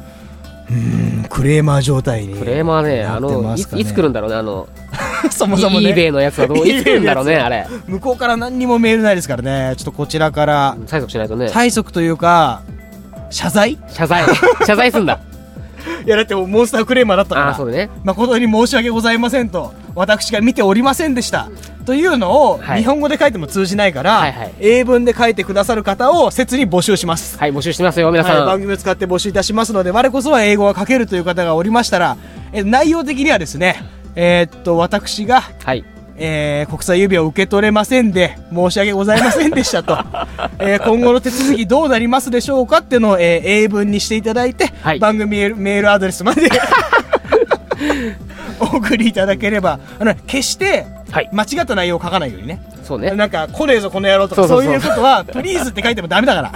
Speaker 2: うーんクレーマー状態に
Speaker 3: クレーマーねあ
Speaker 2: やって
Speaker 3: の
Speaker 2: ま
Speaker 3: い
Speaker 2: すか
Speaker 3: つ
Speaker 2: ね
Speaker 3: いつ来るんだろうねあの
Speaker 2: そもそも、
Speaker 3: イ
Speaker 2: ね、
Speaker 3: ーベイのやつは どういつ来るんだろう
Speaker 2: eBay
Speaker 3: ね
Speaker 2: の
Speaker 3: あれ
Speaker 2: 向こうから何にもメールないですからねちょっとこちらから
Speaker 3: 催促しないとね
Speaker 2: 催促というか謝罪い
Speaker 3: 謝罪謝罪すんだ
Speaker 2: やだってモンスタークレーマーだったから
Speaker 3: ああそうだね
Speaker 2: 誠に申し訳ございませんと私が見ておりませんでしたというのを
Speaker 3: はい
Speaker 2: 日本語で書いても通じないから、
Speaker 3: はいはい
Speaker 2: 英文で書いてくださる方を切に募集します、
Speaker 3: はい募集してますよ皆
Speaker 2: はい
Speaker 3: さん
Speaker 2: 番組を使って募集いたしますので我こそは英語が書けるという方がおりましたらえ内容的にはですねえーっと私が
Speaker 3: はい
Speaker 2: えー国際指輪を受け取れませんで申し訳ございませんで したと、えー今後の手続きどうなりますでしょうかっていうのを、えー英文にしていただいて、
Speaker 3: はい
Speaker 2: 番組メールメールアドレスま でお送りいただければあの決して
Speaker 3: はい
Speaker 2: 間違った内容を書かないようにね
Speaker 3: そうね
Speaker 2: なんか「こねえぞこの野郎」とかそ
Speaker 3: そううそうそう
Speaker 2: いうことは「プリーズ」って書いてもダメだから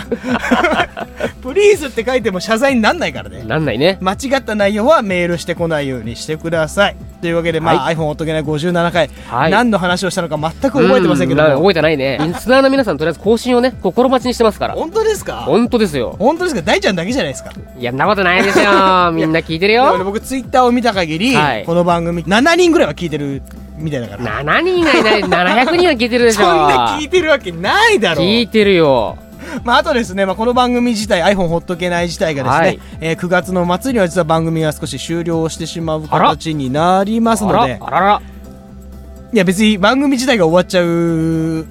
Speaker 2: 「プリーズ」って書いても謝罪になんないからね
Speaker 3: なんないね
Speaker 2: 間違った内容はメールしてこないようにしてくださいというわけで、まあ iPhone おとけない57回、
Speaker 3: はい
Speaker 2: 何の話をしたのか全く覚えてませんけど
Speaker 3: う
Speaker 2: も
Speaker 3: な覚えてないねリスナーの皆さんとりあえず更新をね心待ちにしてますから
Speaker 2: 本当ですか
Speaker 3: 本当ですよ
Speaker 2: 本当ですか大ちゃんだけじゃないですか
Speaker 3: いやんなこと ないですよみんな聞いてる
Speaker 2: でもね
Speaker 3: よ
Speaker 2: 僕ツイッターを見た限り、
Speaker 3: はい
Speaker 2: この番組7人ぐらいは聞いてるみたいだから
Speaker 3: 7人がいない700人は聞いてるでし
Speaker 2: そ
Speaker 3: ょ
Speaker 2: んな聞いてるわけないだろう
Speaker 3: 聞いてるよ
Speaker 2: まあ、あとですね、まあ、この番組自体 iPhone ほっとけない自体がですね、
Speaker 3: はい
Speaker 2: えー9月の末には実は番組が少し終了してしまう
Speaker 3: あら
Speaker 2: 形になりますの
Speaker 3: あ
Speaker 2: で
Speaker 3: らあらら
Speaker 2: いや別に番組自体が終わっちゃう、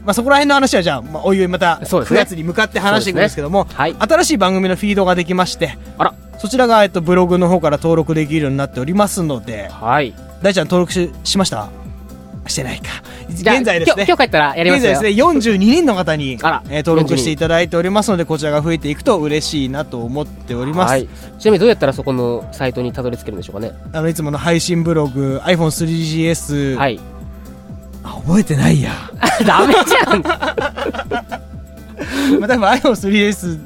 Speaker 2: まあ、そこら辺の話はじゃあ、まあ、おいおいまた
Speaker 3: そうで
Speaker 2: 9
Speaker 3: すね
Speaker 2: 月に向かって話していくんですけども、
Speaker 3: そうですね
Speaker 2: 新しい番組のフィードができまして
Speaker 3: あら
Speaker 2: そちらが、えっと、ブログの方から登録できるようになっておりますので
Speaker 3: はい
Speaker 2: 大ちゃん登録ししましたしてないか
Speaker 3: じゃあ
Speaker 2: 現在です
Speaker 3: 今
Speaker 2: ね
Speaker 3: 日今日帰ったらやりま
Speaker 2: 現
Speaker 3: すよ
Speaker 2: 在ですね42人の方に、え
Speaker 3: あら
Speaker 2: ー登録していただいておりますのでこちらが増えていくと嬉しいなと思っております、
Speaker 3: はい、ちなみにどうやったらそこのサイトにたどり着けるんでしょうかね
Speaker 2: あのいつもの配信ブログ iPhone3GS、
Speaker 3: はい
Speaker 2: あ覚えてないや
Speaker 3: ダメじゃん
Speaker 2: まあ、多分 iPhone3S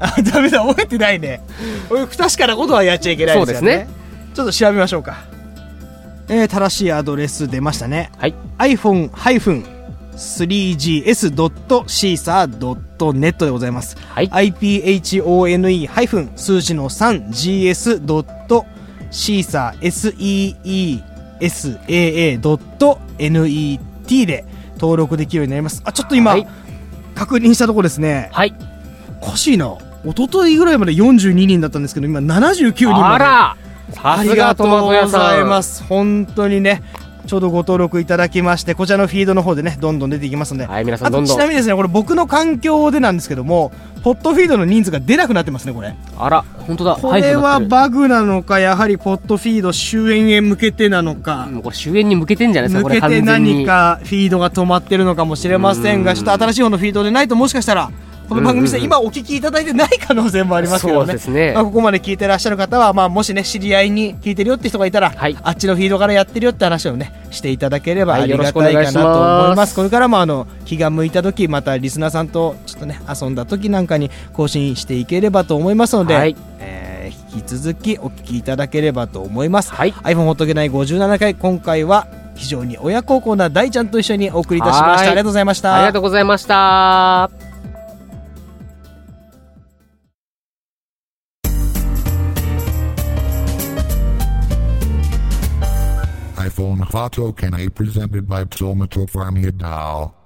Speaker 2: あダメだ覚えてないね俺不確かなことはやっちゃいけないですからね
Speaker 3: そうで
Speaker 2: ちょっと調べましょうかえー正しいアドレス出ましたね
Speaker 3: はい
Speaker 2: iPhone-3gs.caesar.net でございます、
Speaker 3: はい、
Speaker 2: iphone- 数字の 3gs.caesar.seesaa.net で登録できるようになりますあちょっと今、
Speaker 3: はい
Speaker 2: 確認したところですね
Speaker 3: はい、
Speaker 2: おかしいな一昨日ぐらいまで42人だったんですけど今79人まで
Speaker 3: あらさ
Speaker 2: あ
Speaker 3: す
Speaker 2: り
Speaker 3: が
Speaker 2: がと
Speaker 3: ト
Speaker 2: う
Speaker 3: マト屋
Speaker 2: ござ
Speaker 3: さ
Speaker 2: いま
Speaker 3: ん
Speaker 2: す本当にねちょうどご登録いただきましてこちらのフィードの方でねどんどん出ていきますので、
Speaker 3: はい皆さ
Speaker 2: あ
Speaker 3: んど
Speaker 2: と
Speaker 3: んど
Speaker 2: ち
Speaker 3: ん
Speaker 2: なみにですねこれ僕の環境でなんですけどもポッドフィードの人数が出なくなってますねこれ
Speaker 3: あら本当だ
Speaker 2: これ
Speaker 3: ハ
Speaker 2: は
Speaker 3: イフンになってる
Speaker 2: バグなのかやはりポッドフィード終焉へ向けてなのか、
Speaker 3: もうこれ終焉に向けてんじゃないですか
Speaker 2: 抜
Speaker 3: これ
Speaker 2: け
Speaker 3: 完
Speaker 2: て
Speaker 3: 全に
Speaker 2: 何かフィードが止まってるのかもしれませんが
Speaker 3: うん
Speaker 2: ちょっと新しい方のフィードでないともしかしたらこの番組
Speaker 3: うん
Speaker 2: で
Speaker 3: うんうん
Speaker 2: 今お聞きいただいてない可能性もありますけどね
Speaker 3: そうですね
Speaker 2: まあ、ここまで聞いてらっしゃる方は、まあ、もしね知り合いに聞いてるよって人がいたら、
Speaker 3: はい
Speaker 2: あっちのフィードからやってるよって話をねしていただければ
Speaker 3: はい
Speaker 2: ありがたいかなと思います,、
Speaker 3: よろしくお願いします
Speaker 2: これからもあの気が向いた時またリスナーさんとちょっとね遊んだ時なんかに更新していければと思いますので、
Speaker 3: はい
Speaker 2: えー引き続きお聞きいただければと思います、
Speaker 3: はい
Speaker 2: iPhone ほっとけない57回今回は非常に親孝行な大ちゃんと一緒にお送りいたしまし
Speaker 3: はい
Speaker 2: たありがとうございました
Speaker 3: ありがとうございました
Speaker 4: iPhone Photo Can I presented by Psomato Farmia Dow.